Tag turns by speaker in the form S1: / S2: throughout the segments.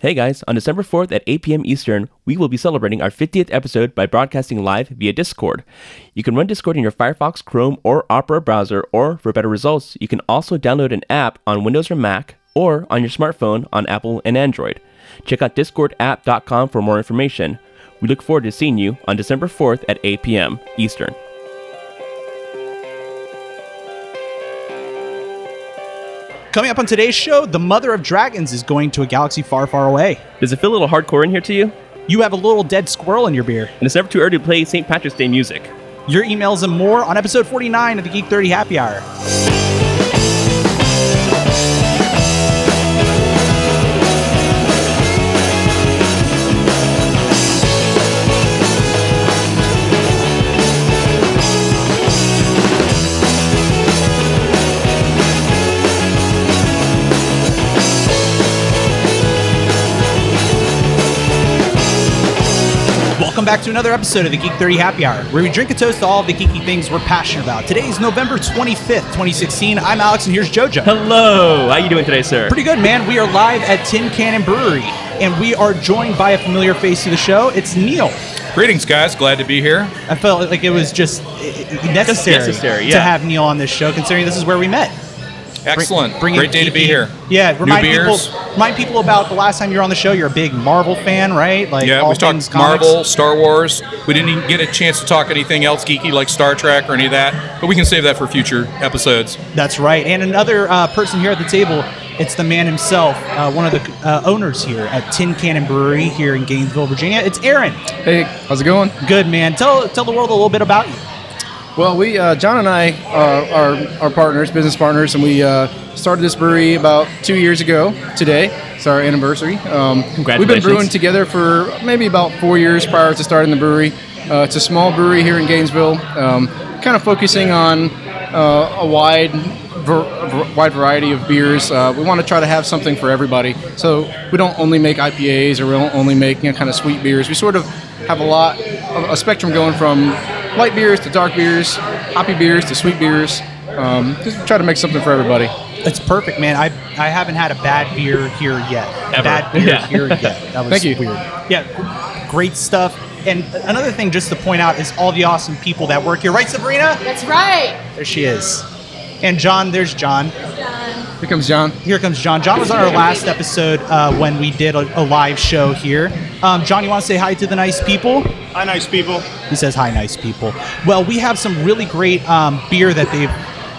S1: Hey guys, on December 4th at 8 p.m. Eastern, we will be celebrating our 50th episode by broadcasting live via Discord. You can run Discord in your Firefox, Chrome, or Opera browser, or for better results, you can also download an app on Windows or Mac, or on your smartphone on Apple and Android. Check out discordapp.com for more information. We look forward to seeing you on December 4th at 8 p.m. Eastern.
S2: Coming up on today's show, the Mother of Dragons is going to a galaxy far, far away.
S1: Does it feel a little hardcore in here to you? And
S2: You have a little dead squirrel in your beer.
S1: it's never too early to play St. Patrick's Day music.
S2: Your emails and more on episode 49 of the Geek 30 Happy Hour. Welcome back to another episode of the Geek 30 Happy Hour, where we drink a toast to all of the geeky things we're passionate about. Today is November 25th, 2016. I'm Alex, and here's JoJo.
S1: Hello, how you doing today, sir?
S2: Pretty good, man. We are live at Tin Cannon Brewery, and we are joined by a familiar face to the show. It's Neil.
S3: Greetings, guys. Glad to be here.
S2: I felt like it was just i- i- necessary,
S1: necessary, yeah.
S2: to have Neil on this show, considering this is where we met. Bring-
S3: Excellent.
S2: bring in
S3: Great day to be
S2: geeky-
S3: here.
S2: Yeah, remind
S3: New
S2: people
S3: beers.
S2: remind people about the last time you were on the show. You're a big Marvel fan, right? Like
S3: yeah,
S2: all
S3: we
S2: things
S3: talked
S2: comics.
S3: Marvel, Star Wars. We didn't even get a chance to talk anything else geeky like Star Trek or any of that, but we can save that for future episodes.
S2: That's right. And another uh, person here at the table, it's the man himself, uh, one of the uh, owners here at Tin Cannon Brewery here in Gainesville, Virginia. It's Aaron.
S4: Hey, how's it going?
S2: Good man. Tell tell the world a little bit about you.
S4: Well, we uh, John and I uh, are, are partners, business partners, and we uh, started this brewery about two years ago. Today, it's our anniversary. Um, We've been
S1: Congratulations.
S4: brewing together for maybe about four years prior to starting the brewery. Uh, it's a small brewery here in Gainesville, um, kind of focusing on uh, a wide. Ver- ver- wide variety of beers. Uh, we want to try to have something for everybody. So we don't only make IPAs or we don't only make you know, kind of sweet beers. We sort of have a lot, of a spectrum going from light beers to dark beers, hoppy beers to sweet beers. Um, just try to make something for everybody.
S2: It's perfect, man. I I haven't had a bad beer here yet.
S1: Ever.
S2: Bad beer
S1: Yeah.
S2: here yet. That was
S4: Thank you.
S2: weird. Yeah, g- great stuff. And another thing just to point out is all the awesome people that work here. Right, Sabrina?
S5: That's right.
S2: There she is. And John, there's John.
S4: Here comes John.
S2: Here comes John. John was on our last episode uh, when we did a, a live show here. Um, John, you want to say hi to the nice people?
S6: Hi, nice people.
S2: He says, Hi, nice people. Well, we have some really great um, beer that they've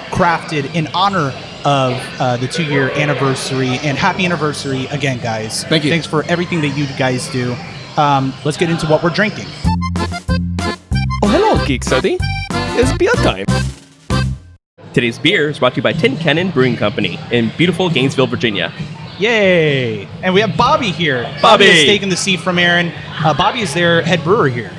S2: crafted in honor of uh, the two year anniversary. And happy anniversary again, guys.
S4: Thank you.
S2: Thanks for everything that you guys do. Um, let's get into what we're drinking.
S7: Oh, hello, Geek Study. It's beer time.
S1: Today's beer is brought to you by Tin Cannon Brewing Company in beautiful Gainesville, Virginia.
S2: Yay! And we have Bobby here.
S1: Bobby.
S2: is taking the seat from Aaron. Uh, Bobby is their head brewer here.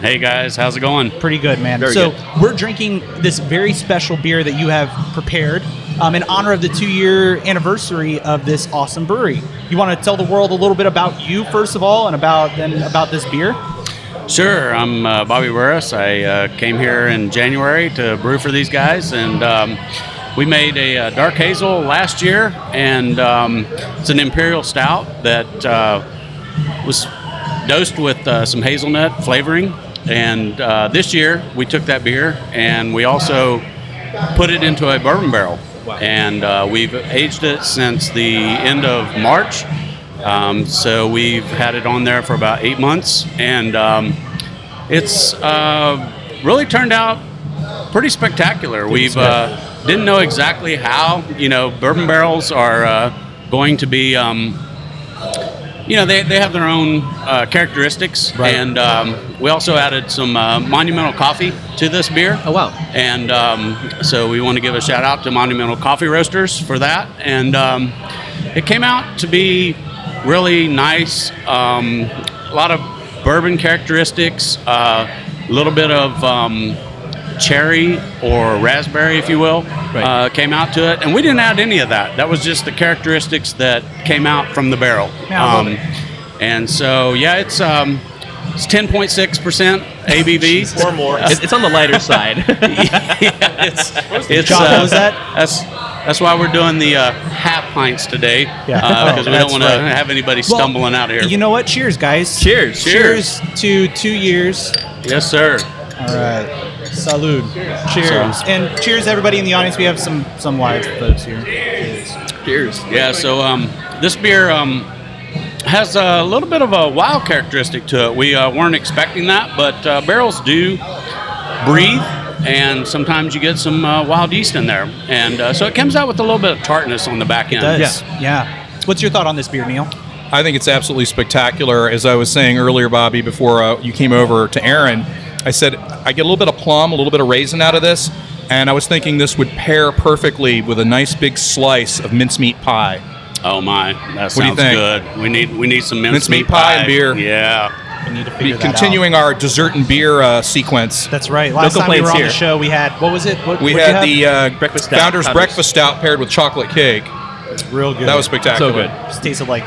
S6: Hey guys, how's it going?
S2: Pretty good, man.
S1: Very
S2: so
S1: good.
S2: we're drinking this very special beer that you have prepared um, in honor of the two-year anniversary of this awesome brewery. You want to tell the world a little bit about you first of all, and about then about this beer.
S6: Sure, I'm uh, Bobby Burris. I uh, came here in January to brew for these guys, and um, we made a uh, dark hazel last year, and um, it's an imperial stout that uh, was dosed with uh, some hazelnut flavoring. And uh, this year, we took that beer and we also put it into a bourbon barrel. And uh, we've aged it since the end of March. Um, so we've had it on there for about eight months. And um, it's uh, really turned out pretty spectacular. We've uh, didn't know exactly how you know bourbon barrels are uh, going to be. Um, you know they, they have their own uh, characteristics, and um, we also added some uh, monumental coffee to this beer.
S7: Oh, wow.
S6: And um, so we want to give a shout out to Monumental Coffee Roasters for that. And um, it came out to be really nice. Um, a lot of bourbon characteristics, uh, a little bit of um, cherry or raspberry, if you will, uh, came out to it. And we didn't add any of that. That was just the characteristics that came out from the barrel. Um,
S2: Yeah, I love it.
S6: and so, yeah, it's. Um, it's 10.6% ABV.
S1: It's, it's on the lighter side.
S6: it's, it's
S2: John, what was that?
S6: That's That's why we're doing the uh, half pints today because
S2: Yeah. Oh,
S6: we don't
S2: that's
S6: want
S2: right.
S6: to have anybody
S2: Well,
S6: stumbling out of here.
S2: You know what? Cheers, guys.
S7: Cheers.
S2: Cheers to two years.
S6: yes, sir.
S2: All right. Salud. Cheers.
S6: Salud.
S2: And cheers, everybody in the audience. We have some some live folks here. Cheers.
S7: Cheers.
S6: Yeah, so um, this beer um, has a little bit of a wild characteristic to it. We uh, weren't expecting that, but uh, barrels do breathe, and sometimes you get some uh, wild yeast in there. And uh, so it comes out with a little bit of tartness on the back end.
S2: Does. Yeah. What's your thought on this beer, Neil?
S3: I think it's absolutely spectacular. As I was saying earlier, Bobby, before uh, you came over to Aaron, I said I get a little bit of plum, a little bit of raisin out of this, and I was thinking this would pair perfectly with a nice big slice of mincemeat pie.
S6: Oh my, that
S3: What do
S6: sounds
S3: you think?
S6: good. We need we need some mincemeat
S3: Mincemeat pie and beer.
S6: Yeah,
S2: We need to
S3: Be
S2: figure that out.
S3: continuing our dessert and beer uh, sequence.
S2: That's right. Last time we
S1: complaints
S2: were on
S1: here.
S2: the show, we had what was it? What, what'd
S3: We
S2: you
S3: had
S2: have?
S3: the uh,
S1: Breakfast stout.
S3: founders
S1: Founders.
S3: breakfast stout paired with chocolate cake.
S2: real good.
S3: That was spectacular.
S1: So good.
S2: Just tasted like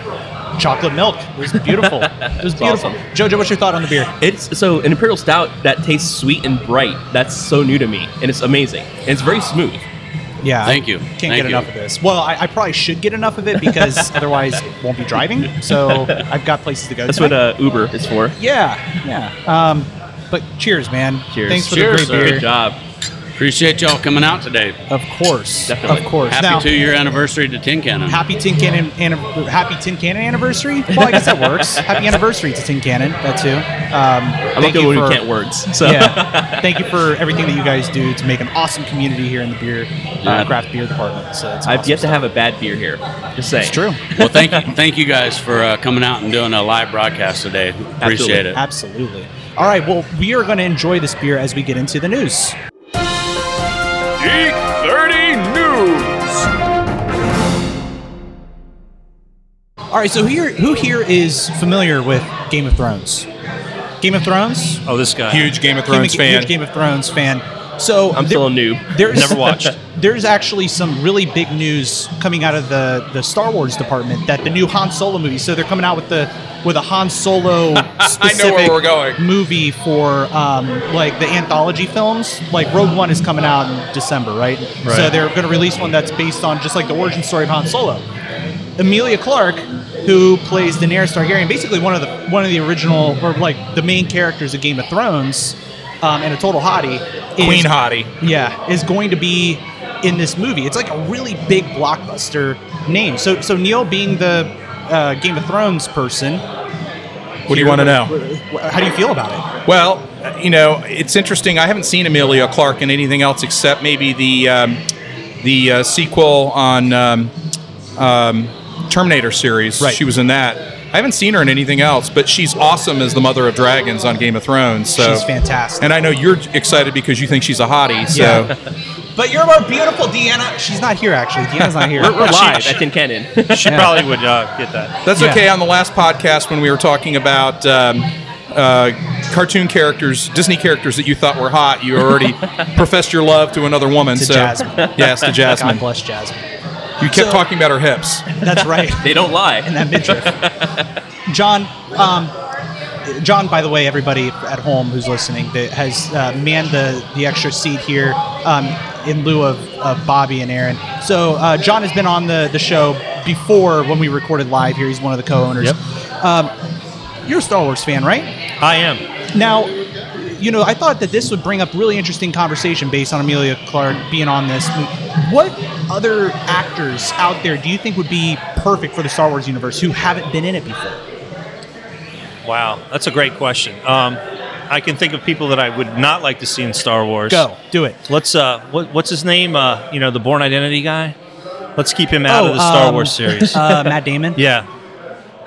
S2: chocolate milk. It was beautiful. it was beautiful.
S1: awesome.
S2: Jojo, what's your thought on the beer?
S1: It's so an imperial stout that tastes sweet and bright. That's so new to me, and it's amazing. And it's very smooth.
S2: Yeah.
S6: Thank you.
S2: Can't
S6: Thank
S2: get
S6: you.
S2: enough of this. Well, I, I probably should get enough of it because otherwise won't be driving. So I've got places to go.
S1: That's
S2: tonight.
S1: what uh, Uber is for.
S2: Yeah, yeah. Um, but cheers, man.
S1: Cheers.
S2: Thanks for the great
S6: Cheers, sir.
S1: Good
S2: beer.
S1: job.
S6: appreciate y'all coming out today.
S2: Of course,
S1: Definitely.
S2: of course.
S6: Happy
S2: now,
S6: two year anniversary to Tin Cannon.
S2: happy tin cannon, anniv- happy tin cannon anniversary. Well, I guess that works. happy anniversary to tin cannon. That too. Um,
S1: I love
S2: thank
S1: good
S2: you
S1: when
S2: for
S1: we can't words. So
S2: yeah. Thank you for everything that you guys do to make an awesome community here in the beer
S6: Yeah.
S2: uh, craft beer department. So that's
S1: I've
S2: awesome
S1: yet to
S2: stuff.
S1: have a bad beer here. Just saying.
S2: It's true.
S6: well, thank you, thank you guys for uh, coming out and doing a live broadcast today. Appreciate it.
S2: Absolutely. All right. Well, we are going to enjoy this beer as we get into the news. All right. So here, who here is familiar with Game of Thrones? Game of Thrones.
S5: Oh, this guy.
S3: Huge Game of Thrones
S2: huge,
S3: fan.
S2: Game of Thrones fan. So
S1: I'm
S2: there-
S1: still a noob.
S2: There's
S1: Never watched.
S2: There's actually some really big news coming out of the the Star Wars department that the new Han Solo movie. So they're coming out with the with a Han Solo specific
S3: we're going.
S2: movie for um, like the anthology films. Like Rogue One is coming out in December, right? So they're going to release one that's based on just like the origin story of Han Solo. Amelia Clark, who plays Daenerys Targaryen, basically one of the one of the original or like the main characters of Game of Thrones, um, and a total hottie. is-
S3: Queen Hottie.
S2: yeah, is going to be in this movie. It's like a really big blockbuster name. So, so Neil, being the uh, Game of Thrones person,
S3: What do you want to know?
S2: how do you feel about it?
S3: Well, you know, it's interesting. I haven't seen Amelia Clark in anything else except maybe the um, the uh, sequel on um, um, Terminator series.
S2: Right.
S3: She was in that. I haven't seen her in anything else, but she's awesome as the mother of dragons on Game of Thrones. So
S2: She's fantastic.
S3: And I know you're excited because you think she's a hottie. So
S2: But you're more beautiful, Deanna. She's not here actually. Deanna's not here.
S1: We're, we're live at Tin Cannon.
S5: She probably would uh, get that.
S3: that's
S2: Yeah.
S3: okay. On the last podcast, when we were talking about. Um, uh, cartoon characters, Disney characters that you thought were hot, you already professed your love to another woman.
S2: To
S3: so,
S2: Jasmine.
S3: yes, to Jasmine.
S2: God bless Jasmine.
S3: You kept
S2: So-
S3: talking about her hips.
S2: That's right.
S1: they don't lie.
S2: that midriff. John, um, John, by the way, everybody at home who's listening that has uh, manned the, the extra seat here um, in lieu of, of Bobby and Aaron. So uh, John has been on the, the show before when we recorded live here. He's one of the co-owners. Um, you're a Star Wars fan, right?
S5: I am.
S2: Now, you know, I thought that this would bring up really interesting conversation based on Amelia Clark being on this. mo- What other actors out there do you think would be perfect for the Star Wars universe who haven't been in it before?
S5: Wow, that's a great question. Um, I can think of people that I would not like to see in Star Wars.
S2: Go, do it.
S5: Let's. Uh, what, what's his name? Uh, you know, the Born Identity guy. Let's keep him out of the Star
S2: um,
S5: Wars series.
S2: Uh, Matt Damon.
S5: yeah.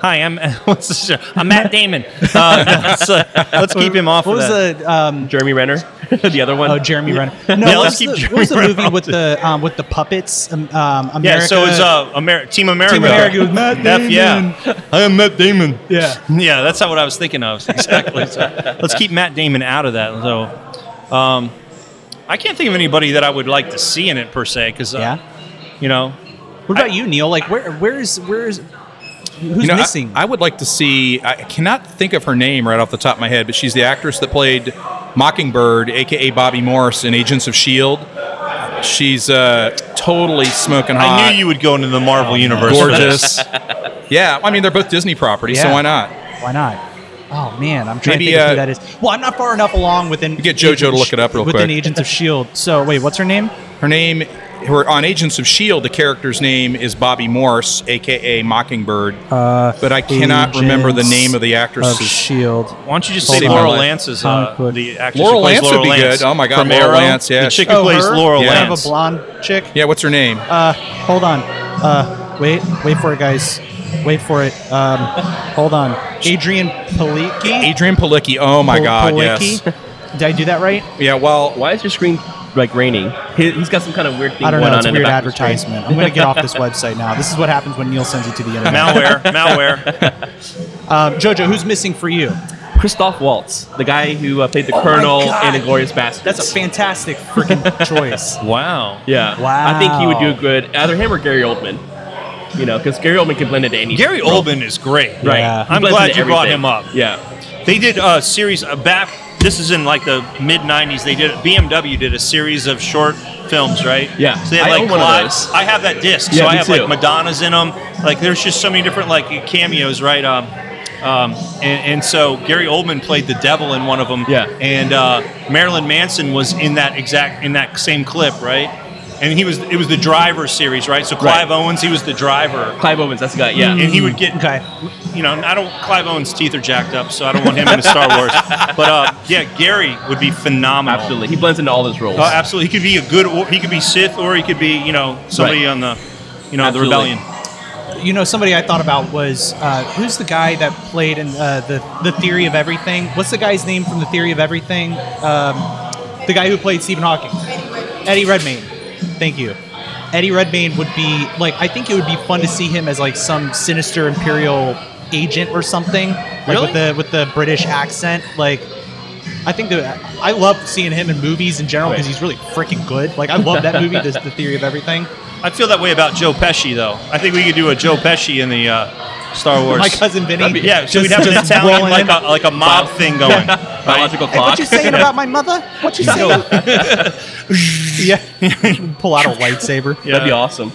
S5: Hi, I'm. What's the show? I'm Matt Damon. Uh, that's, uh, let's keep him off.
S2: What
S5: of
S2: was
S5: that.
S2: the um,
S1: Jeremy Renner, the other one.
S2: oh Jeremy Renner? No,
S5: Yeah,
S2: what
S5: let's
S2: was
S5: keep
S2: the,
S5: Jeremy
S2: what was the
S5: Renner
S2: movie
S5: off
S2: with the um, with the puppets? Um, um, America,
S5: Yeah, so it's uh, Ameri- Team America.
S2: Team America with Matt
S5: That-
S2: Damon.
S5: yeah. I am Matt Damon.
S2: Yeah.
S5: Yeah, that's not what I was thinking of. Exactly. So let's keep Matt Damon out of that, though. Um, I can't think of anybody that I would like to see in it per se, because, uh,
S2: yeah.
S5: you know,
S2: What about you, Neil? Like where where is where is who's
S3: You know, I-
S2: missing?
S3: I, would like to see. I cannot think of her name right off the top of my head, but she's the actress that played Mockingbird, aka Bobby Morse, in Agents of Shield. E She's uh, totally smoking hot.
S5: uh,
S8: I knew you would go into the
S5: Oh,
S8: Marvel universe. for this.
S3: Gorgeous. yeah, I mean they're both Disney properties, so
S2: Yeah.
S3: why not?
S2: Why not? Oh man, I'm trying to
S3: Maybe,
S2: think
S3: uh,
S2: of who that is. Well, I'm not far enough along within.
S3: get JoJo to
S2: Agents-
S3: look it up real
S2: within
S3: quick.
S2: Agents of Shield. E So wait, what's her name?
S3: Her name, her on Agents of Shield, E the character's name is Bobby Morse, aka Mockingbird.
S2: Uh,
S3: but I cannot remember the name of the
S2: Of
S3: actress.
S2: Shield.
S5: Why don't you just
S3: Hold
S5: say
S3: on.
S5: Laura Lance's
S2: Comic
S5: uh,
S2: book.
S5: the actress
S3: Laurel
S5: who plays
S3: Lance would
S5: Laura
S3: be
S5: Lance
S3: good. Oh my God,
S5: from
S3: Laura
S5: Arrow.
S3: Lance,
S5: The
S3: yes.
S5: chick who plays
S2: Oh, her?
S5: Laura
S3: Yeah.
S2: Kind of
S5: Lance.
S2: a blonde chick.
S3: Yeah, what's her name?
S2: Uh, hold on. Uh, wait, wait for it, guys. Wait for it. Um, hold on. Adrian Palicki.
S3: Adrian Palicki. Oh my
S2: Pal-
S3: God,
S2: Palicki?
S3: yes.
S2: Did I do that right?
S3: Yeah, well,
S1: Why is your screen like raining? He, he's got some kind of weird thing
S2: I don't
S1: going on
S2: know. It's a
S1: in the
S2: weird
S1: back of the screen.
S2: advertisement. I'm going to get off this website now. This is what happens when Neil sends you to the internet.
S5: malware, malware.
S2: Um, Jojo, who's missing for you?
S1: Christoph Waltz, the guy who uh, played the
S2: Oh my
S1: Colonel
S2: God.
S1: in Inglorious Bastards.
S2: That's a fantastic freaking choice.
S5: Wow.
S1: Yeah. I think he would
S2: Wow.
S1: do good. Either him or Gary Oldman. You know, because Gary Oldman can blend into anything.
S5: Gary Oldman is great.
S1: Right.
S2: Yeah.
S1: He
S5: I'm
S1: blends
S5: glad
S1: into
S5: you brought
S1: everything.
S5: him up.
S1: Yeah.
S5: They did a series uh, back. This is in like the mid '90s. They did BMW did a series of short films, right?
S1: Yeah.
S5: So they had
S1: I
S5: like
S1: own one of
S5: Clive-
S1: those.
S5: I have that disc,
S1: Yeah,
S5: so I
S1: me
S5: have
S1: too.
S5: like Madonna's in them. Like there's just so many different like cameos, right? Um, um, and, and so Gary Oldman played the devil in one of them.
S1: Yeah.
S5: And uh, Marilyn Manson was in that exact in that same clip, right? And he was it was the driver series, right? So Clive Owens, he was the driver
S1: Clive Owens, that's the guy. Yeah.
S5: and he would get You know, I don't. Clive Owen's teeth are jacked up, so I don't want him in Star Wars. But uh, yeah, Gary would be phenomenal.
S1: Absolutely. He blends into all his roles.
S5: Oh, absolutely. He could be a good. Or, he could be Sith, or he could be you know somebody
S1: Right.
S5: on the, you know,
S1: Absolutely.
S5: the rebellion.
S2: You know, somebody I thought about was uh, who's the guy that played in uh, the the Theory of Everything? What's the guy's name from the Theory of Everything? Um, the guy who played Stephen Hawking, Eddie Redmayne. Thank you. Eddie Redmayne would be like I think it would be fun to see him as like some sinister imperial agent or something, like
S1: Really?
S2: with the with the British accent. Like I think that I love seeing him in movies in general because
S1: Right.
S2: he's really freaking good. Like I love that movie, the, the Theory of Everything.
S5: I feel that way about Joe Pesci, though. I think we could do a Joe Pesci in the uh, Star Wars.
S2: My cousin Vinny.
S5: Yeah, so
S2: Just-
S5: we'd have an
S2: just
S5: Italian
S2: rolling
S5: like
S2: in.
S5: a, like a mob thing going.
S1: Biological
S2: Hey,
S1: clock.
S2: what you saying about my mother? What you saying? yeah, pull out a lightsaber.
S1: That'd be awesome.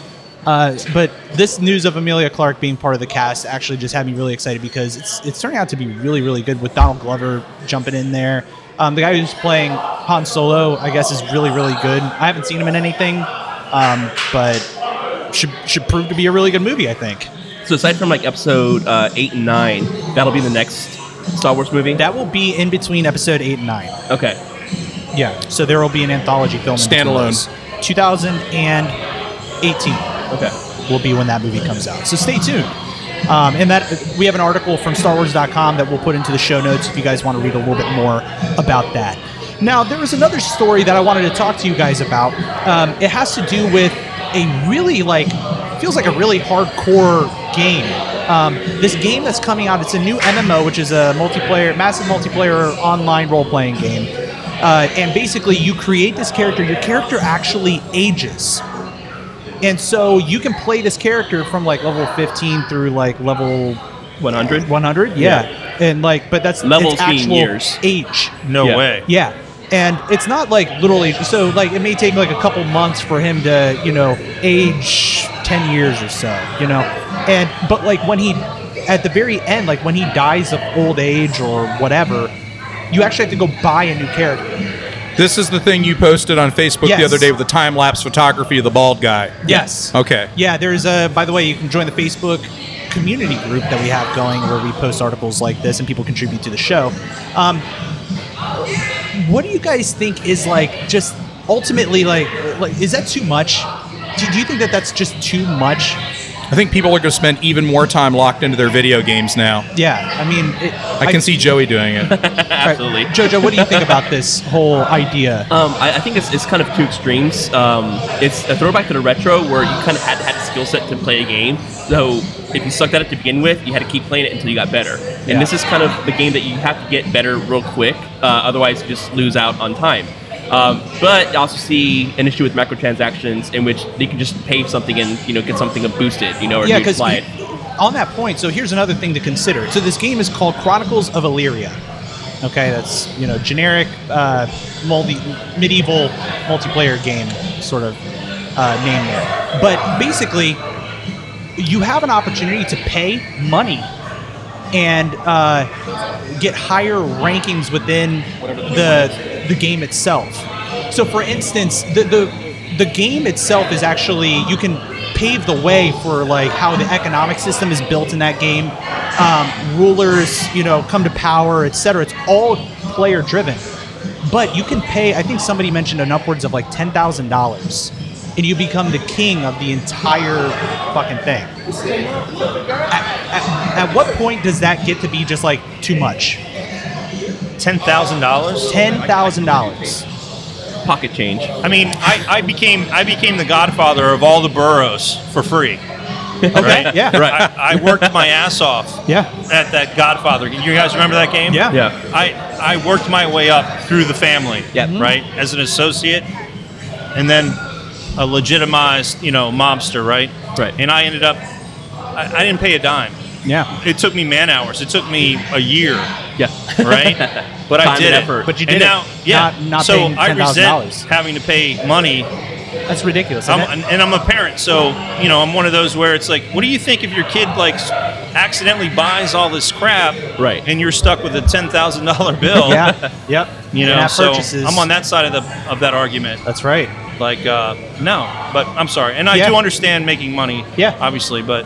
S2: Uh, but this news of Amelia Clark being part of the cast actually just had me really excited because it's it's turning out to be really really good with Donald Glover jumping in there. Um, the guy who's playing Han Solo, I guess, is really really good. I haven't seen him in anything, um, but should should prove to be a really good movie. I think
S1: So aside from like episode uh, eight and nine, that'll be the next Star Wars movie.
S2: that will be in between episode eight and nine.
S1: okay.
S2: Yeah. So there will be an anthology film. in between
S3: Standalone.
S2: those. 2018
S1: Okay.
S2: will be when that movie comes out. So stay tuned. Um, and that we have an article from StarWars.com that we'll put into the show notes if you guys want to read a little bit more about that. Now there was another story that I wanted to talk to you guys about. Um, it has to do with a really like feels like a really hardcore game. Um, this game that's coming out, it's a new MMO, which is a multiplayer, massive multiplayer online role-playing game. Uh, and basically, you create this character. Your character actually ages. And so you can play this character from like level 15 through like level
S1: 100?
S2: 100, yeah. And like, but that's
S1: Levels
S2: it's
S1: being
S2: actual
S1: years.
S2: age.
S5: No
S1: Yeah.
S5: way.
S2: Yeah. And it's not like literally so like it may take like a couple months for him to, you know, age 10 years or so, you know. And but like when he at the very end like when he dies of old age or whatever, you actually have to go buy a new character.
S3: this is the thing you posted on Facebook the
S2: Yes.
S3: other day with the time lapse photography of the bald guy.
S2: Yes.
S3: Okay.
S2: Yeah, there's a. By the way, you can join the Facebook community group that we have going, where we post articles like this and people contribute to the show. Um, what do you guys think is like just ultimately like like is that too much? Do, do you think that that's just too much?
S3: I think people are going to spend even more time locked into their video games now.
S2: Yeah, I mean, it,
S3: I can see Joey doing it.
S1: Absolutely.
S2: Jojo, what do you think about this whole idea?
S1: Um, I, I think it's, it's kind of two extremes. Um, it's a throwback to the retro where you kind of had had a skill set to play a game. So if you sucked at it to begin with, you had to keep playing it until you got better. And
S2: Yeah.
S1: this is kind of the game that you have to get better real quick, uh, otherwise you just lose out on time. Um, but I also see an issue with microtransactions in which they can just pay something and you know get something boosted, you know, or
S2: yeah,
S1: new
S2: because
S1: flight.
S2: on that point, so here's another thing to consider. So this game is called Chronicles of Illyria. Okay, that's you know generic uh, multi medieval multiplayer game sort of uh, name there. But basically, you have an opportunity to pay money and uh, get higher rankings within the the game itself. So, for instance, the, the the game itself is actually you can pave the way for like how the economic system is built in that game. Um, rulers, you know, come to power, etc. It's all player driven, but you can pay. I think somebody mentioned an upwards of like ten thousand dollars, and you become the king of the entire fucking thing at what point does that get to be just like too much?
S5: Ten thousand dollars.
S2: Ten thousand dollars.
S1: Pocket change.
S5: I mean, I, I became I became the godfather of all the boroughs for free.
S2: Okay. Yeah.
S5: I, I worked my ass off
S2: Yeah.
S5: at that Godfather. You guys remember that game?
S2: Yeah.
S1: Yeah.
S5: I I worked my way up through the family.
S1: Yeah. Mhm.
S5: Right as an associate, and then a legitimized you know mobster. Right.
S1: Right.
S5: And I ended up. I, I didn't pay a dime.
S2: Yeah.
S5: It took me man hours. It took me a year
S1: Yeah.
S5: right? But I
S1: Time
S5: did
S1: and
S5: it.
S1: effort.
S2: But you
S5: and
S2: did it.
S5: now, yeah.
S2: Not- not
S5: so
S2: paying
S5: I resent
S2: $10,000.
S5: having to pay money.
S2: That's ridiculous.
S5: I'm,
S2: isn't it?
S5: and, I'm a parent, so you know I'm one of those where it's like, what do you think if your kid like s- accidentally buys all this crap,
S1: Right.
S5: And you're stuck with a ten thousand dollar bill.
S2: yeah. Yep.
S5: You know,
S2: In-app
S5: so
S2: purchases.
S5: I'm on that side of the of that argument.
S2: That's right.
S5: Like, uh, no, but I'm sorry, and I
S2: Yeah.
S5: do understand making money.
S2: Yeah.
S5: obviously, but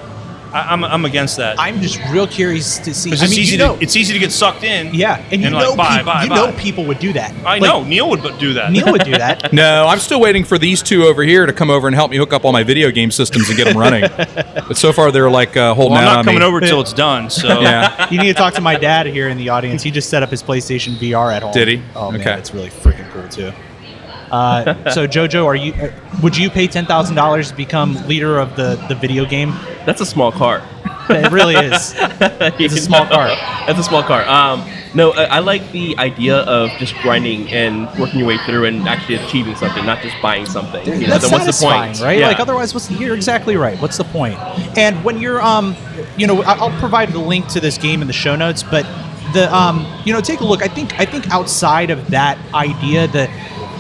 S5: I, I'm I'm against that.
S2: I'm just real curious to see.
S5: 'Cause
S2: I
S5: it's
S2: mean,
S5: easy
S2: you know,
S5: to it's easy to get sucked in.
S2: yeah, and you
S5: and,
S2: know,
S5: like, buy,
S2: peop-
S5: buy,
S2: you
S5: buy.
S2: know, people would do that.
S5: I
S2: Like,
S5: know Neil would bu- do that.
S2: Neil would do that.
S3: No, I'm still waiting for these two over here to come over and help me hook up all my video game systems and get them running. but so far, they're like uh, holding
S5: Well, I'm
S3: out
S5: not
S3: on
S5: coming
S3: me.
S5: over till it's done. So
S3: Yeah.
S2: you need to talk to my dad here in the audience. He just set up his PlayStation VR at home.
S3: Did he?
S2: Oh
S3: Okay.
S2: man, it's really freaking cool too. Uh, so Jojo, are you? uh, Would you pay ten thousand dollars to become leader of the the video game?
S1: That's a small car.
S2: It really is. It's a small car.
S1: That's a small car. Um, no, I, I like the idea of just grinding and working your way through and actually achieving something, not just buying something. You know,
S2: That's
S1: then what's the
S2: satisfying,
S1: point?
S2: right?
S1: Yeah.
S2: Like otherwise, what's the, you're exactly right. What's the point? And when you're, um, you know, I- I'll provide the link to this game in the show notes, but the, um, you know, take a look. I think I think outside of that idea, the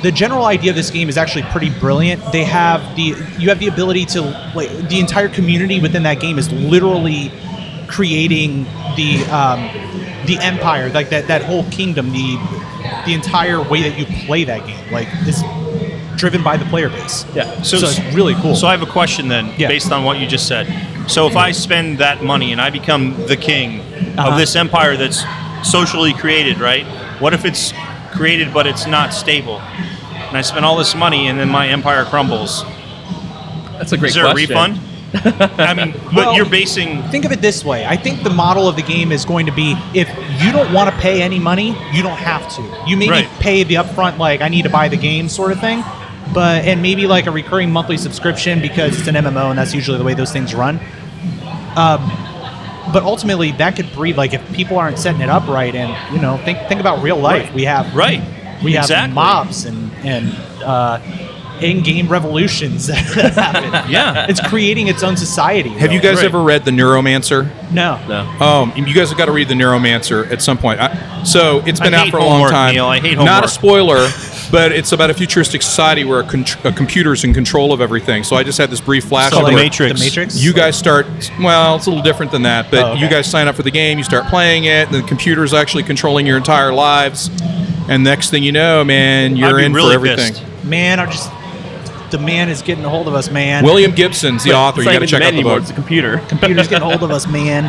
S2: the general idea of this game is actually pretty brilliant. They have the you have the ability to like the entire community within that game is literally creating the um, the empire, like that that whole kingdom, the the entire way that you play that game, like is driven by the player base.
S1: Yeah.
S5: So,
S2: So it's really cool.
S5: So I have a question then,
S2: Yeah.
S5: based on what you just said. So if I spend that money and I become the king
S2: Uh-huh.
S5: of this empire that's socially created, right? What if it's created but it's not stable? And I spend all this money and then my empire crumbles.
S1: That's a great
S5: Is there
S1: question.
S5: a refund? I mean,
S2: Well-
S5: but you're basing
S2: think of it this way. I think the model of the game is going to be if you don't want to pay any money, you don't have to. You maybe
S5: Right.
S2: pay the upfront like I need to buy the game sort of thing, but and maybe like a recurring monthly subscription because it's an MMO and that's usually the way those things run. Um, but ultimately, that could breed like if people aren't setting it up right, and you know, think think about real life.
S5: Right.
S2: We have
S5: right.
S2: we
S5: exactly.
S2: have mobs and and uh, in-game revolutions that happen.
S5: Yeah.
S2: It's creating its own society.
S3: Have you
S2: really.
S3: guys
S5: Right.
S3: ever read The Neuromancer?
S2: No.
S1: No.
S3: Um, you guys have got to read The Neuromancer at some point. I, so it's been
S5: I
S3: out
S5: hate
S3: for a long
S5: homework,
S3: time.
S5: Neil. I hate
S3: Not a
S5: homework.
S3: spoiler, but it's about a futuristic society where a, con- a computer's in control of everything. So I just had this brief flash.
S5: So
S3: of
S5: the
S3: where-
S5: Matrix.
S2: The Matrix.
S3: You guys start. Well, it's a little different than that, but
S2: Oh, okay.
S3: you guys sign up for the game. You start playing it. And the computer's actually controlling your entire lives. And next thing you know, man,
S5: I'd
S3: you're
S5: be
S3: in
S5: really
S3: for everything.
S5: pissed.
S2: man, I just the man is getting a hold of us, man.
S3: William Gibson's the author.
S1: It's
S3: You
S1: not
S3: got to
S1: even
S3: check
S1: men
S3: out the
S1: anymore,
S3: book.
S1: It's a computer.
S2: Computer's getting a hold of us, man.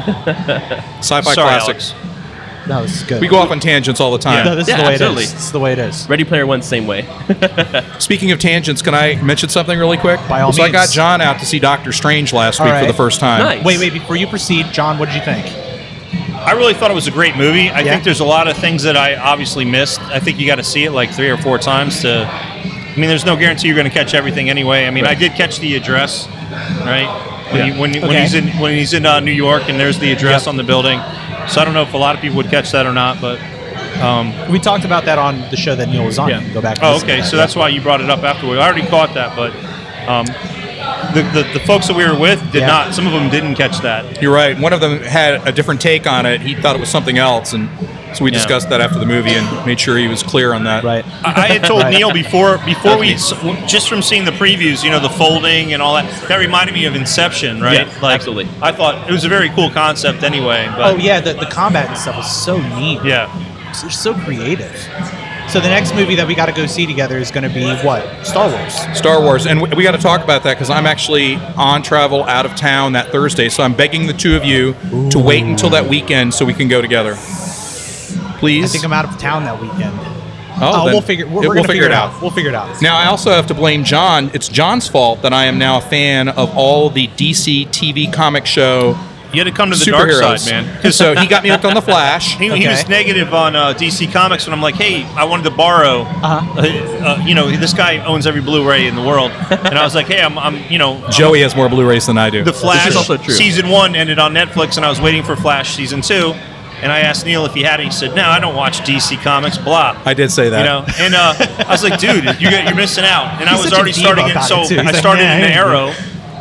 S3: Sci-fi
S5: Sorry,
S3: classics.
S5: Alex.
S2: No, this is good.
S3: We go off on tangents all the time.
S2: No, this
S1: Yeah,
S2: is the way
S1: absolutely.
S2: it is. This is the way it is.
S1: Ready Player One, same way.
S3: Speaking of tangents, can I mention something really quick?
S2: By all
S3: so I
S2: means.
S3: got John out to see Doctor Strange last
S2: All
S3: week
S2: right.
S3: for the first time.
S1: Nice.
S2: Wait, wait. Before you proceed, John, what did you think?
S5: I really thought it was a great movie. I
S2: Yeah.
S5: think there's a lot of things that I obviously missed. I think you got to see it like three or four times to. I mean, there's no guarantee you're going to catch everything anyway. I mean, I did catch the address, right? When, you, when, you- when
S2: Okay.
S5: he's in when he's in uh, New York and there's the address on the building, so I don't know if a lot of people would catch that or not. But
S2: We talked about that on the show that Neil was on.
S1: Yeah.
S2: You can Go back. And
S5: oh,
S2: listen to
S5: okay,
S2: that.
S5: so that's why you brought it up afterward. I already caught that, but um, the, the the folks that we were with did
S2: Yeah.
S5: not. Some of them didn't catch that.
S3: You're right. One of them had a different take on it. He thought it was something else, and So we
S5: Yeah.
S3: discussed that after the movie and made sure he was clear on that.
S2: Right.
S5: I I had told
S2: Right.
S5: Neil before before we s- just from seeing the previews, you know, the folding and all that. That reminded me of Inception, right?
S1: Yeah, absolutely.
S5: I thought it was a very cool concept, anyway. But
S2: Oh yeah, the, the combat and stuff was so neat.
S5: yeah.
S2: They're so creative. So the next movie that we got to go see together is going to be what? Star Wars.
S3: Star Wars, and we, we got to talk about that because I'm actually on travel out of town that Thursday. So I'm begging the two of you to wait until that weekend so we can go together. Please.
S2: I think I'm out of town that weekend.
S3: oh,
S2: Oh,
S3: then
S2: we'll figure. We're,
S3: it-
S2: we're
S3: we'll
S2: gonna
S3: figure it out.
S2: We'll figure it out.
S3: Now, I also have to blame John. It's John's fault that I am now a fan of all the DC TV comic show
S5: You had to come to the dark
S3: superheroes.
S5: side, man. 'Cause
S3: so he got me hooked on the Flash.
S5: He, he
S2: Okay.
S5: was negative on uh, DC Comics when I'm like, hey, I wanted to borrow.
S2: Uh-huh.
S5: Uh, uh, you know, this guy owns every Blu-ray in the world, and I was like, hey, I'm, I'm you know,
S3: Joey has more Blu-rays than I do.
S5: The Flash
S1: is also true.
S5: season one ended on Netflix, and I was waiting for Flash season two. And I asked Neil if he had it. He said, "No, I don't watch DC Comics." Blah.
S3: I did say that.
S5: You know, and uh, I was like, "Dude, you get, you're missing out." And
S2: He's
S5: I was
S2: such a
S5: already
S2: diva
S5: starting it,
S2: about
S5: so
S2: it, too. He's
S5: I
S2: like,
S5: started
S2: "Nah, I
S5: in
S2: ain't
S5: Arrow,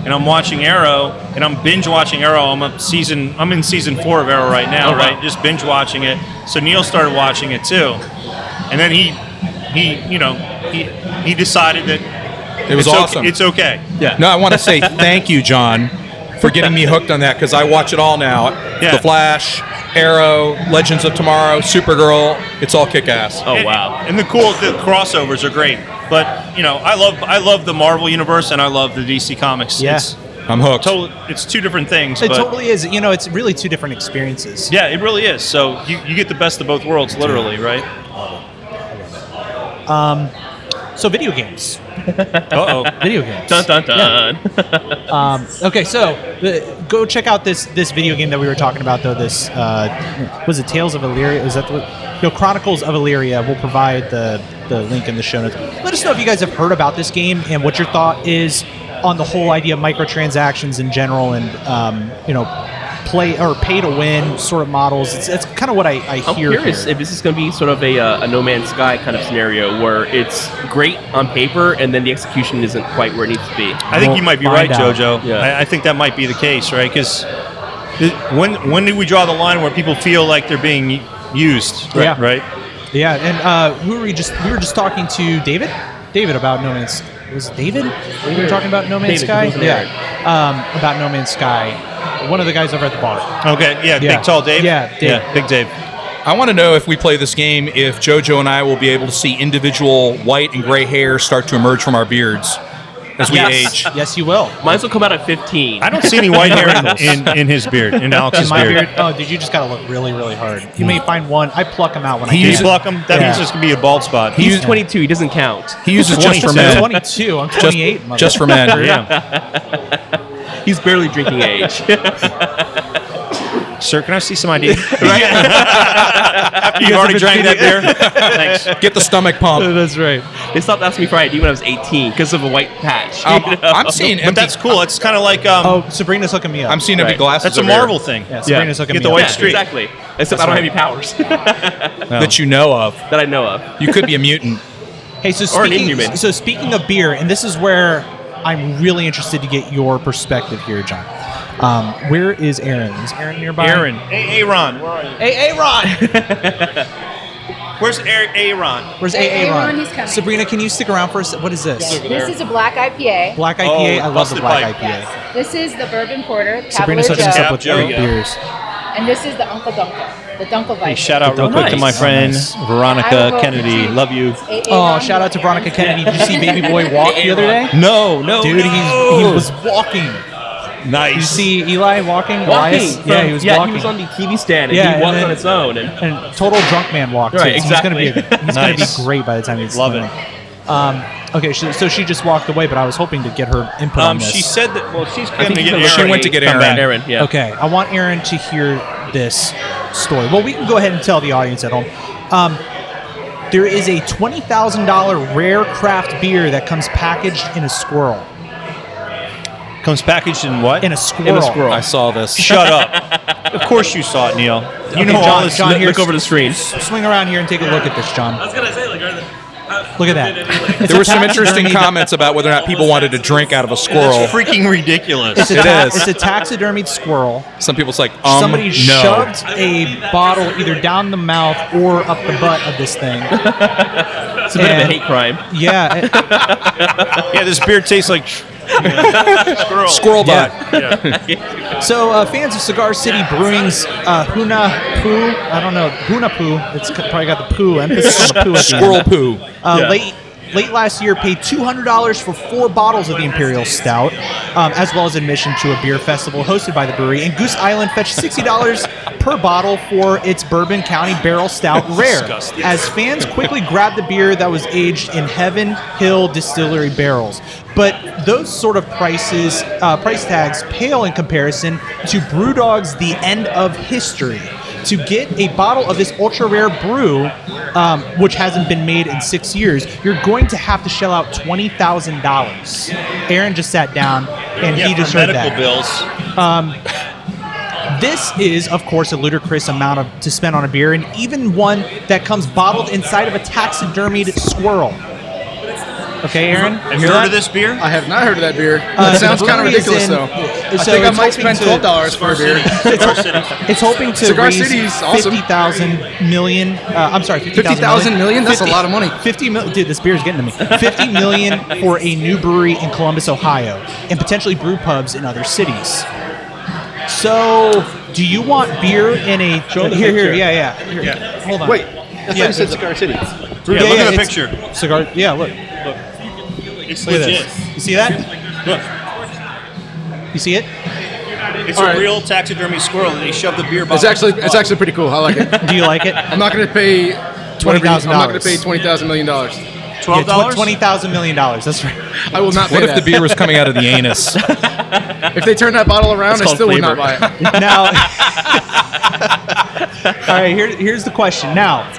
S5: and I'm watching Arrow, and I'm binge watching Arrow. I'm up season. I'm in season four of Arrow right
S3: Oh,
S5: now, right? Just binge watching it. So Neil started watching it too, and then he, he, you know, he he decided that
S3: it was
S5: it's okay-
S3: awesome.
S5: it's okay.
S3: No, I want to say thank you, John, for getting me hooked on that because I watch it all now.
S5: Yeah.
S3: The Flash, Arrow, Legends of Tomorrow, Supergirl. It's all kick-ass.
S1: Oh
S5: And-
S1: wow.
S5: And the cool the crossovers are great. But you know, I love I love the Marvel universe and I love the DC comics.
S2: Yeah.
S5: It's
S3: I'm hooked.
S5: totally it's two different things.
S2: It
S5: but
S2: totally is. You know, it's really two different experiences.
S5: yeah, it really is. So you, you get the best of both worlds, literally, right?
S2: So video games.
S5: Uh oh.
S2: Video games.
S1: Dun dun dun.
S2: Um, okay, so the, go check out this this video game that we were talking about though. This uh, was it Tales of Illyria. Is that the no Chronicles of Illyria? We'll provide the the link in the show notes. Let us know if you guys have heard about this game and what your thought is on the whole idea of microtransactions in general and um, you know play or pay to win sort of models. It's, it's kind of what I, I
S1: I'm
S2: hear.
S1: curious
S2: here.
S1: if this is going to be sort of a, uh, a No Man's Sky kind of scenario where it's great on paper and then the execution isn't quite where it needs to be.
S5: I think
S2: We'll
S5: you might be
S2: find
S5: right,
S2: out.
S5: JoJo.
S1: Yeah.
S5: I, I think that might be the case, right? Because when when do we draw the line where people feel like they're being used? Right.
S2: Yeah.
S5: Right.
S2: Yeah, and uh, who were we just we were just talking to David, David about No Man's was it David? We were talking about No Man's
S1: David,
S2: Sky.
S1: he wasn't
S2: Yeah, um, about No Man's Sky. One of the guys over at the bar.
S5: Okay. Yeah,
S2: Yeah.
S5: Big tall Dave.
S2: Yeah, Dave.
S5: Yeah. Big Dave.
S3: I want to know if we play this game, if JoJo and I will be able to see individual white and gray hair start to emerge from our beards as we
S2: yes,
S3: age.
S2: yes, you will.
S1: Mine's will come out at 15.
S5: I don't see any white hair in, in, in his beard, in Alex's
S2: In my
S5: beard.
S2: beard. Oh, dude, you just gotta look really, really hard. You may find one. I pluck them out when
S5: Can
S2: I
S5: you
S2: get
S5: block him? That
S2: Yeah.
S5: means it's gonna be a bald spot.
S1: He's 22. He doesn't count.
S3: He uses just for men.
S2: Twenty-two. I'm
S3: Just,
S2: twenty-eight. mother-
S3: just for men.
S5: yeah.
S1: He's barely drinking age.
S5: Sir, can I see some ID? right? After you already drank that beer. Thanks.
S3: Get the stomach pump.
S2: That's right.
S1: they stopped asking me for ID when I was 18 because of a white patch.
S3: Um, I'm seeing
S5: But
S3: empty,
S5: that's cool. It's kind of like um,
S2: Oh, Sabrina's hooking me up.
S3: I'm seeing empty
S1: Right.
S3: glasses.
S5: that's a
S3: over here
S5: Marvel thing.
S2: Yeah, Sabrina's hooking
S5: Get
S2: me
S5: the
S2: up.
S5: white
S1: yeah,
S5: streak.
S1: exactly. Except I don't have any powers that
S3: that you know of.
S1: I know of.
S3: You could be a mutant.
S2: Hey, so
S1: Or an
S2: speaking,
S1: Inhuman.
S2: so speaking of beer, and this is where I'm really interested to get your perspective here, John. Um, where is Aaron? Is Aaron nearby?
S5: Aaron. Hey, Aaron. Where are you?
S2: Hey, Aaron!
S5: Where's A- Aaron?
S2: Where's
S9: Hey,
S2: Aaron?
S9: Aaron, he's coming.
S2: Sabrina, can you stick around for a se- What is this?
S9: This is a black IPA.
S2: Black IPA. I love the
S5: Oh, busted
S2: black
S5: pipe.
S2: IPA.
S9: Yes. This is the bourbon porter, Cavalier
S2: Sabrina's hooking us up
S9: Joe,
S2: with
S5: Joe,
S2: great
S5: yeah.
S2: beers.
S9: and this is the Uncle Dunkel, the Dunkel Viper.
S5: Shout out
S1: quick
S5: real quick
S1: to Nice.
S5: to
S1: my
S5: my
S2: friend,
S5: friend
S2: Nice.
S9: I
S5: Veronica
S9: will-
S5: Kennedy. Love you.
S9: Hey,
S2: Oh,
S9: Aaron,
S2: shout out to
S9: Aaron.
S2: Veronica Kennedy. Did you see Baby Boy walk the other day?
S5: No, no,
S2: Dude,
S5: Oh.
S2: he's, he was walking.
S5: nice.
S2: You see Eli walking?
S1: Walking.
S2: Elias? Yeah, he was
S1: yeah,
S2: walking.
S1: he was on the TV stand and
S2: Yeah,
S1: he
S2: and
S1: walked
S2: then-
S1: on its own. And
S2: and total drunk man walk too.
S1: Right,
S2: so He's
S1: exactly.
S2: gonna be a, he's
S5: Nice.
S2: gonna be great by the time he's
S5: Love it.
S2: it. Um, okay, so, so she just walked away, but I was hoping to get her input on
S5: Um,
S2: this.
S5: she said that. Well, she's
S1: I
S5: going
S1: think
S5: to get
S1: he's
S5: Aaron.
S3: She went to get
S5: Come
S3: Aaron.
S5: back.
S1: Aaron, yeah.
S2: Okay, I want Aaron to hear this story. Well, we can go ahead and tell the audience at home. Um, there is a twenty thousand dollar rare craft beer that comes packaged in a squirrel.
S5: Comes packaged in what?
S2: In a squirrel.
S1: squirrel.
S3: I saw this.
S5: Shut up. of course you saw it, Neil. You
S2: Okay,
S5: know all
S2: John-
S5: this.
S2: John,
S1: Look-
S2: here's-
S1: Look over the screen.
S2: Swing around here and take a look at this, John.
S7: was gonna say, like, are the,
S2: Look at that. It's
S3: there
S2: a
S3: were some
S2: tax
S3: interesting
S2: attorney-
S3: comments about whether or not people wanted to drink out of a squirrel.
S8: It's freaking ridiculous.
S2: It's a,
S3: It
S2: ta-
S3: is.
S2: it's a taxidermied squirrel.
S3: Some people's like, um,
S2: Somebody
S3: no.
S2: shoved a bottle either down the mouth or up the butt of this thing.
S1: It's a bit of a
S2: And-
S1: hate crime.
S2: Yeah, it-
S5: Yeah, this beer tastes like sh- squirrel.
S3: Squirrel butt.
S2: So, uh, fans of Cigar City Brewing's uh, Huna Poo, I don't know, Huna Poo, it's c- probably got the poo emphasis on the poo. at the end.
S3: Squirrel poo.
S2: Uh,
S1: Yeah.
S2: Late late last year, paid two hundred dollars for four bottles of the Imperial Stout, um, as well as admission to a beer festival hosted by the brewery. And Goose Island fetched sixty dollars per bottle for its Bourbon County Barrel Stout Rare.
S5: Disgusting.
S2: As fans quickly grabbed the beer that was aged in Heaven Hill Distillery barrels, but those sort of prices, uh, price tags, pale in comparison to BrewDog's The End of History to get a bottle of this ultra rare brew, um, which hasn't been made in six years, you're going to have to shell out twenty thousand dollars. Aaron just sat down and
S5: Yeah,
S2: he
S5: for
S2: just heard
S5: medical
S2: that.
S5: bills.
S2: This is, of course, a ludicrous amount of, to spend on a beer, and even one that comes bottled inside of a taxidermied squirrel. Okay, Aaron.
S5: Have you heard of this beer?
S4: I have not heard of that beer.
S2: Uh,
S4: it sounds
S2: the
S4: kind of
S2: brewery is
S4: ridiculous,
S2: in-
S4: though. I
S2: so
S4: think I
S2: it's
S4: might
S2: hoping
S4: spend
S2: to-
S4: twelve dollars for a beer.
S2: It's hoping to
S4: Cigar
S2: raise
S4: City's awesome.
S2: 50,000 million. Uh, I'm sorry, 50,000
S4: 50,000 million? That's a lot of money.
S2: 50 million. Dude, this beer's getting to me. 50 million for a new brewery in Columbus, Ohio, and potentially brew pubs in other cities. So, do you want beer in a.
S1: the
S2: here, here,
S1: picture.
S2: yeah, yeah. Here, Hold on.
S10: Wait, I thought you said Cigar City.
S5: Yeah, look at the
S2: it's-
S5: picture.
S2: Cigar. Yeah, look.
S5: It's
S2: Look at
S5: legit.
S2: this. You see that?
S5: Look,
S2: You see it?
S5: it's
S4: All
S5: a
S4: right.
S5: real taxidermy squirrel, and they shoved the beer bottle.
S4: It's actually it's actually pretty cool. I like it.
S2: Do you like it?
S4: I'm not going to pay twenty thousand. I'm not going to pay twenty thousand million dollars.
S5: twelve dollars.
S2: $20,000 million. dollars. That's right.
S4: I will not pay
S3: What if
S4: that.
S3: the beer was coming out of the anus?
S4: If they turned that bottle
S1: It's
S4: around, I
S1: called
S4: still would
S1: flavor.
S4: not buy it.
S2: now, all right. Here, here's the question. Now,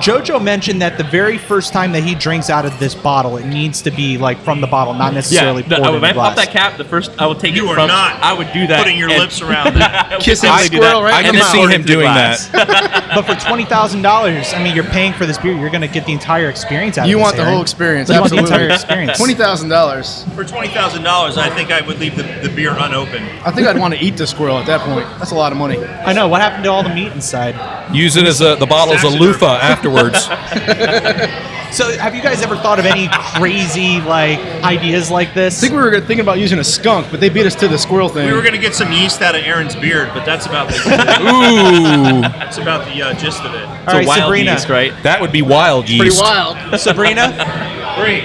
S2: JoJo mentioned that the very first time that he drinks out of this bottle, it needs to be like from the bottle, not necessarily
S1: the-
S2: poured
S1: I
S2: in
S1: would
S2: a
S1: vamp up
S2: glass.
S1: that cap. The first I would take
S5: You
S1: it
S5: are
S1: from.
S5: not
S1: I would do that.
S5: putting your
S1: and-
S5: lips around it.
S4: Kissing
S1: I would
S4: the
S1: do that,
S4: squirrel, right?
S3: I
S1: and
S3: can
S1: then
S3: see
S1: pour it
S3: him
S1: into the
S3: doing
S1: glass.
S3: that.
S2: But for twenty thousand dollars, I mean, you're paying for this beer. You're going to get the entire experience out
S4: You
S2: of this.
S4: want the
S2: Aaron.
S4: whole experience?
S2: You want the
S4: absolutely.
S2: entire experience.
S4: Twenty thousand dollars.
S5: For twenty thousand dollars, I think I would leave the, the beer unopened.
S4: I think I'd want to eat the squirrel at that point. That's a lot of money.
S2: I know. What happened to all the meat inside?
S3: Use it as a the bottle as a loofah afterwards.
S2: So, have you guys ever thought of any crazy like ideas like this?
S4: I think we were thinking about using a skunk, but they beat us to the squirrel thing.
S5: We were gonna get some yeast out of Aaron's beard, but that's about the
S3: Ooh,
S5: that's about the uh, gist of it.
S2: all
S1: It's a
S2: right,
S1: wild
S2: Sabrina.
S1: yeast, right?
S3: that would be wild yeast.
S4: Pretty wild.
S2: Sabrina.
S5: Great.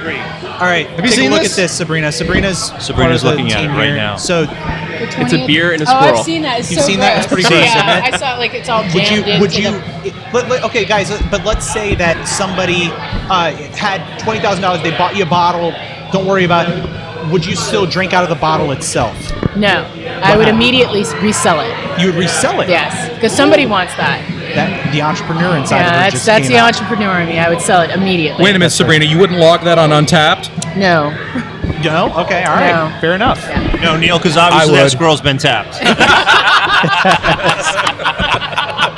S5: Great.
S2: All right, have
S4: you
S2: take
S4: seen
S2: a look
S4: this?
S2: at this, Sabrina. Sabrina's
S8: Sabrina's
S2: part of the
S8: looking at
S2: team
S8: it right
S2: here.
S8: now.
S2: So,
S1: It's a beer and a
S9: Oh,
S1: squirrel.
S9: I've seen that. It's
S2: You've
S9: so
S2: seen
S9: gross.
S2: that? It's pretty gross,
S9: Yeah,
S2: isn't it?
S9: I saw it like it's all jammed
S2: would you?
S9: into
S2: Would you?
S9: the-
S2: But, but, okay, guys. But let's say that somebody uh, had twenty thousand dollars. They bought you a bottle. Don't worry about it. Would you still drink out of the bottle itself?
S9: No, I would
S2: Wow.
S9: immediately s- resell it.
S2: You would resell it.
S9: Yes, because somebody wants that.
S2: That the entrepreneur inside
S9: Yeah,
S2: of it
S9: that's
S2: just
S9: that's
S2: came
S9: the
S2: out.
S9: entrepreneur in me. I would sell it immediately.
S3: Wait a minute, Sabrina, you wouldn't log that on Untapped?
S9: No.
S2: No. Okay. All right.
S9: No.
S2: Fair enough.
S5: No, Neil, because obviously
S3: I
S5: that
S3: would.
S5: squirrel's been tapped.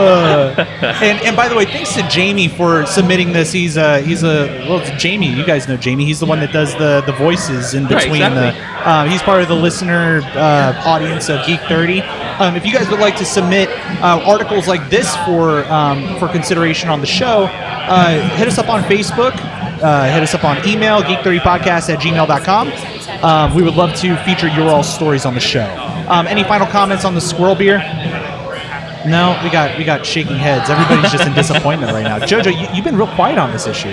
S2: And, and by the way, thanks to Jamie for submitting this. He's a he's a well, it's Jamie. You guys know Jamie. He's the one that does the the voices in
S1: Right,
S2: between
S1: exactly.
S2: the. Uh, he's part of the listener uh, audience of Geek Thirty. Um, if you guys would like to submit uh, articles like this for um, for consideration on the show, uh, hit us up on Facebook. Uh, hit us up on email geek30podcast at gmail.com um, we would love to feature your all stories on the show um, any final comments on the squirrel beer no, we got we got shaking heads. Everybody's just in disappointment right now. Jojo, you, you've been real quiet on this issue.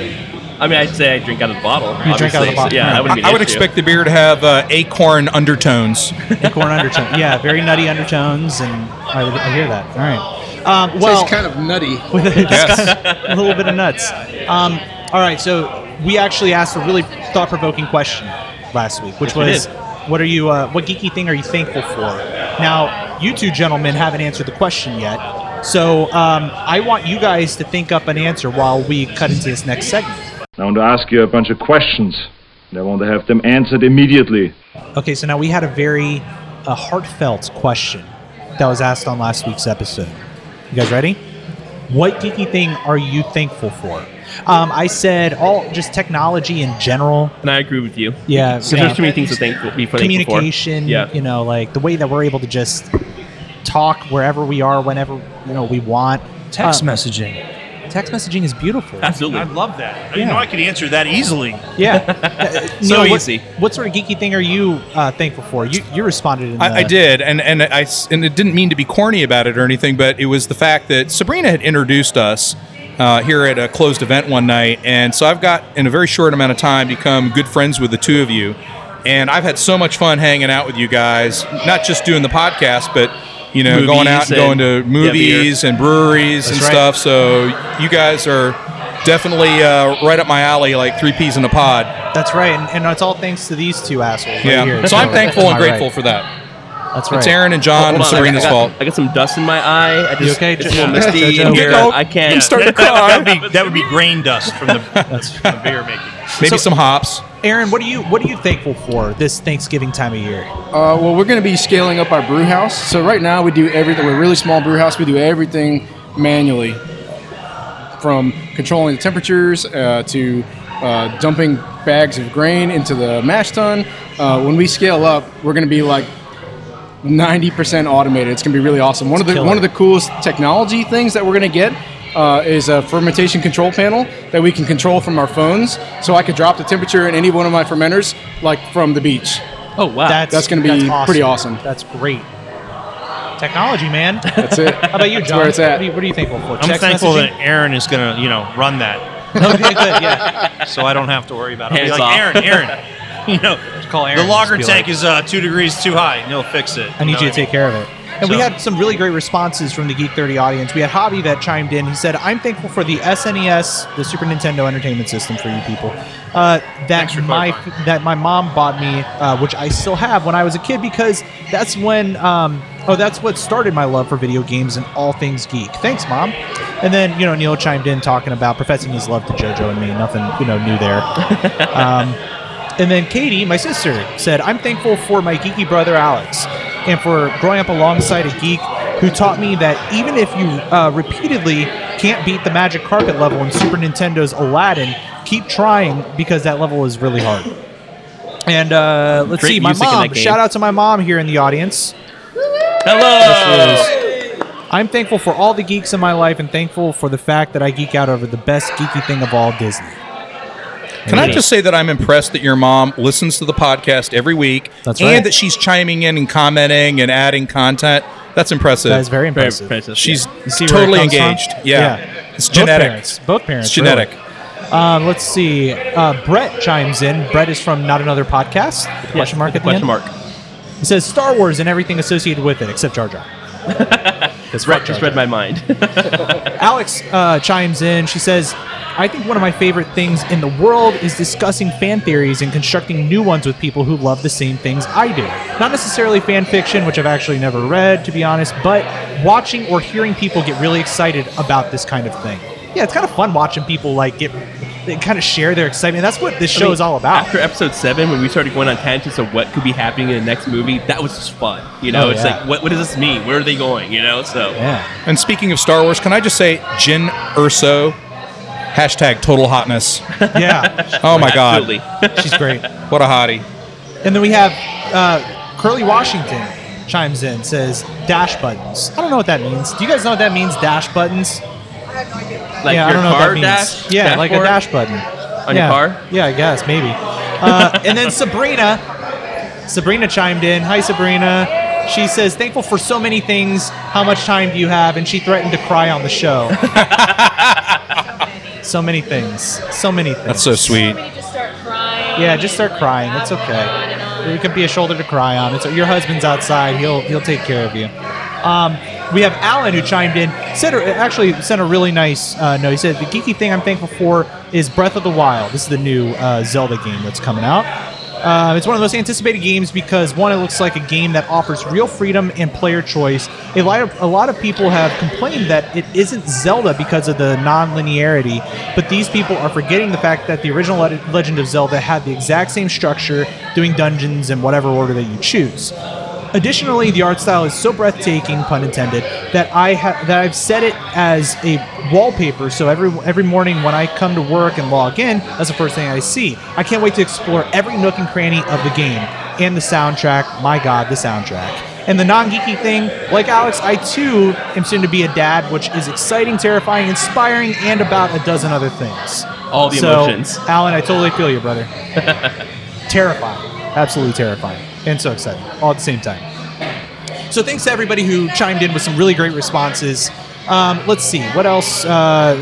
S1: I mean, I'd say I drink out of the bottle.
S2: You drink out of the
S1: obviously,
S2: bottle.
S1: so yeah,
S2: Yeah.
S1: that
S3: I,
S1: wouldn't be an
S3: I would
S1: issue.
S3: expect the beer to have uh, acorn undertones.
S2: Acorn undertone. Yeah, very nutty undertones, and I, I hear that. All right. Um, well,
S4: Tastes kind of nutty.
S2: with a, it's
S3: Yes.
S2: kind of a little bit of nuts. Um, all right, so we actually asked a really thought-provoking question last week, which
S1: Yes, we
S2: was,
S1: did.
S2: "What are you? Uh, what geeky thing are you thankful for?" Now, you two gentlemen haven't answered the question yet, so um, I want you guys to think up an answer while we cut into this next segment.
S11: I want to ask you a bunch of questions, and I want to have them answered immediately.
S2: Okay, so now we had a very uh, heartfelt question that was asked on last week's episode. You guys ready? What geeky thing are you thankful for? Um, I said all just technology in general.
S1: And I agree with you.
S2: Yeah,
S1: Because
S2: yeah.
S1: there's too many things to thankful, be thankful for.
S2: communication
S1: Yeah.
S2: you know like the way that we're able to just talk wherever we are whenever you know we want
S5: Text
S2: messaging text messaging is beautiful
S5: Absolutely. I love that. You
S2: Yeah.
S5: know, I could answer that easily.
S2: yeah
S5: So
S2: Neil, what-
S5: easy.
S2: what, sort of geeky thing are you uh, thankful for you you responded in
S3: I, I
S5: Uh,
S2: the-
S3: did, and and I s- and it didn't mean to be corny about it or anything, but it was the fact that Sabrina had introduced us uh, here at a closed event one night, and so I've got in a very short amount of time become good friends with the two of you, and I've had so much fun hanging out with you guys, not just doing the podcast, but you know, going
S5: Movies
S3: out and, going
S5: and-
S3: to
S5: yeah,
S3: movies and breweries
S5: That's
S3: and
S5: right.
S3: stuff. So you guys are definitely uh, right up my alley, like three peas in a pod.
S2: that's right and, and it's all thanks to these two assholes right
S3: Yeah.
S2: here.
S3: So I'm thankful
S2: am
S3: and
S2: I
S3: grateful
S2: right?
S3: for that.
S2: that's right
S3: It's Aaron and John
S1: Hold
S3: and
S1: on,
S3: Sabrina's
S1: I got,
S3: fault.
S1: I got some dust in my eye. I just,
S2: You okay,
S1: It's a
S2: Jo-
S1: little misty in
S2: Jojo?
S1: here.
S2: Don't-
S1: I can't.
S2: don't start
S5: to cry. that, would be, that would be grain dust from the, from the beer making.
S3: Maybe some hops.
S2: aaron what are you what are you thankful for this thanksgiving time of year
S4: Uh, well, we're going to be scaling up our brew house. So right now we do everything. We're a really small brew house. We do everything manually, from controlling the temperatures uh, to uh, dumping bags of grain into the mash tun. Uh, when we scale up, we're going to be like 90% automated. It's going to be really awesome. One of the
S2: Killer.
S4: one of the coolest technology things that we're going to get uh, is a fermentation control panel that we can control from our phones. So I could drop the temperature in any one of my fermenters, like from the beach.
S1: Oh wow,
S4: That's, going to be
S2: that's
S4: pretty awesome.
S2: That's great. Technology, man.
S4: That's it.
S2: How about you,
S4: That's
S2: John?
S4: where it's at.
S2: What, are you, what are you thankful for?
S5: I'm
S2: Text
S5: thankful
S2: messaging?
S5: that Aaron is going to, you know, run that.
S2: Okay, good, yeah.
S5: So I don't have to worry about it. I'll be
S1: Hands
S5: like,
S1: off.
S5: Aaron, Aaron. You know,
S2: Just call Aaron.
S5: the lager
S2: Just be
S5: tank
S2: like,
S5: is uh, two degrees too high. and He'll fix it.
S2: I need
S5: know
S2: you
S5: what
S2: to take care of it. And we
S5: So-
S2: had some really great responses from the Geek 30 audience. We had Hobby that chimed in. He said, I'm thankful for the SNES, the Super Nintendo Entertainment System for you people, uh, that,
S5: Thanks for
S2: my,
S5: clarifying.
S2: that my mom bought me, uh, which I still have when I was a kid, because that's when, um, oh, that's what started my love for video games and all things geek. Thanks, Mom. And then, you know, Neil chimed in talking about professing his love to JoJo and me. Nothing, you know, new there. Um, and then Katie, my sister, said, I'm thankful for my geeky brother Alex and for growing up alongside a geek who taught me that even if you uh, repeatedly can't beat the magic carpet level in Super Nintendo's Aladdin, keep trying because that level is really hard. And uh, let's
S1: Great
S2: see, my
S1: music in that
S2: mom.
S1: game.
S2: Shout out to my mom here in the audience.
S1: Hello.
S2: I'm thankful for all the geeks in my life and thankful for the fact that I geek out over the best geeky thing of all Disney.
S3: Can I just say that I'm impressed that your mom listens to the podcast every week
S2: That's right.
S3: and that she's chiming in and commenting and adding content? That's impressive.
S2: That is very
S1: Very
S2: impressive.
S1: impressive.
S3: she's
S2: You see where it
S3: totally
S2: comes from?
S3: engaged. Yeah. It's
S2: Both
S3: genetic.
S2: parents. Both parents
S3: It's genetic.
S2: really. Um, let's see. Uh, Brett chimes in. Brett is from Not Another Podcast. Question mark at the
S1: Question
S2: end.
S1: mark.
S2: It says Star Wars and everything associated with it, except Jar Jar. That's
S1: Brett just read my mind.
S2: Alex uh, chimes in. She says, I think one of my favorite things in the world is discussing fan theories and constructing new ones with people who love the same things I do. Not necessarily fan fiction, which I've actually never read, to be honest, but watching or hearing people get really excited about this kind of thing. Yeah, it's kind of fun watching people like get they kind of share their excitement. That's what this show
S1: I mean,
S2: is all about.
S1: After episode seven, when we started going on tangents of what could be happening in the next movie, that was just fun. You know,
S2: Oh,
S1: it's
S2: yeah.
S1: like, what, what does this mean? Where are they going? You know, so
S2: yeah.
S3: And speaking of Star Wars, can I just say Jin Urso? Hashtag total hotness.
S2: Yeah.
S3: Oh my
S1: absolutely.
S2: She's great.
S3: God. What a hottie.
S2: And then we have uh, Curly Washington chimes in, says dash buttons. I don't know what that means. Do you guys know what that means? Dash buttons?
S1: Like your
S2: yeah, I don't know
S1: car
S2: what that means.
S1: dash,
S2: yeah, like a
S1: dashboard?
S2: dash button
S1: On
S2: yeah.
S1: your car?
S2: Yeah, I guess maybe. Uh, and then Sabrina, Sabrina chimed in. Hi, Sabrina. She says, "Thankful for so many things. How much time do you have?" And she threatened to cry on the show. so many things. So many things.
S3: That's so sweet.
S9: Somebody just start crying.
S2: Yeah, just start crying. It's okay. It could be a shoulder to cry on. It's your husband's outside. He'll he'll take care of you. Um, we have Alan who chimed in. Said a- actually sent a really nice uh, note. He said the geeky thing I'm thankful for is Breath of the Wild. This is the new uh, Zelda game that's coming out. Uh, it's one of the most anticipated games because one, it looks like a game that offers real freedom and player choice. A lot of a lot of people have complained that it isn't Zelda because of the non-linearity, but these people are forgetting the fact that the original Le- Legend of Zelda had the exact same structure, doing dungeons in whatever order that you choose. Additionally, the art style is so breathtaking, pun intended, that I ha- that I've set it as a wallpaper. So every every morning when I come to work and log in, that's the first thing I see. I can't wait to explore every nook and cranny of the game and the soundtrack. My God, the soundtrack. And the non-geeky thing, like Alex, I too am soon to be a dad, which is exciting, terrifying, inspiring, and about a dozen other things.
S1: All the
S2: So,
S1: emotions.
S2: Alan, I totally feel you, brother. terrifying. Absolutely terrifying. And so exciting all at the same time. So thanks to everybody who chimed in with some really great responses. Um, let's see what else. Uh,